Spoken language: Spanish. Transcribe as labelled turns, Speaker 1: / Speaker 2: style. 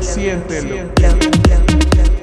Speaker 1: Siéntelo. Siéntelo.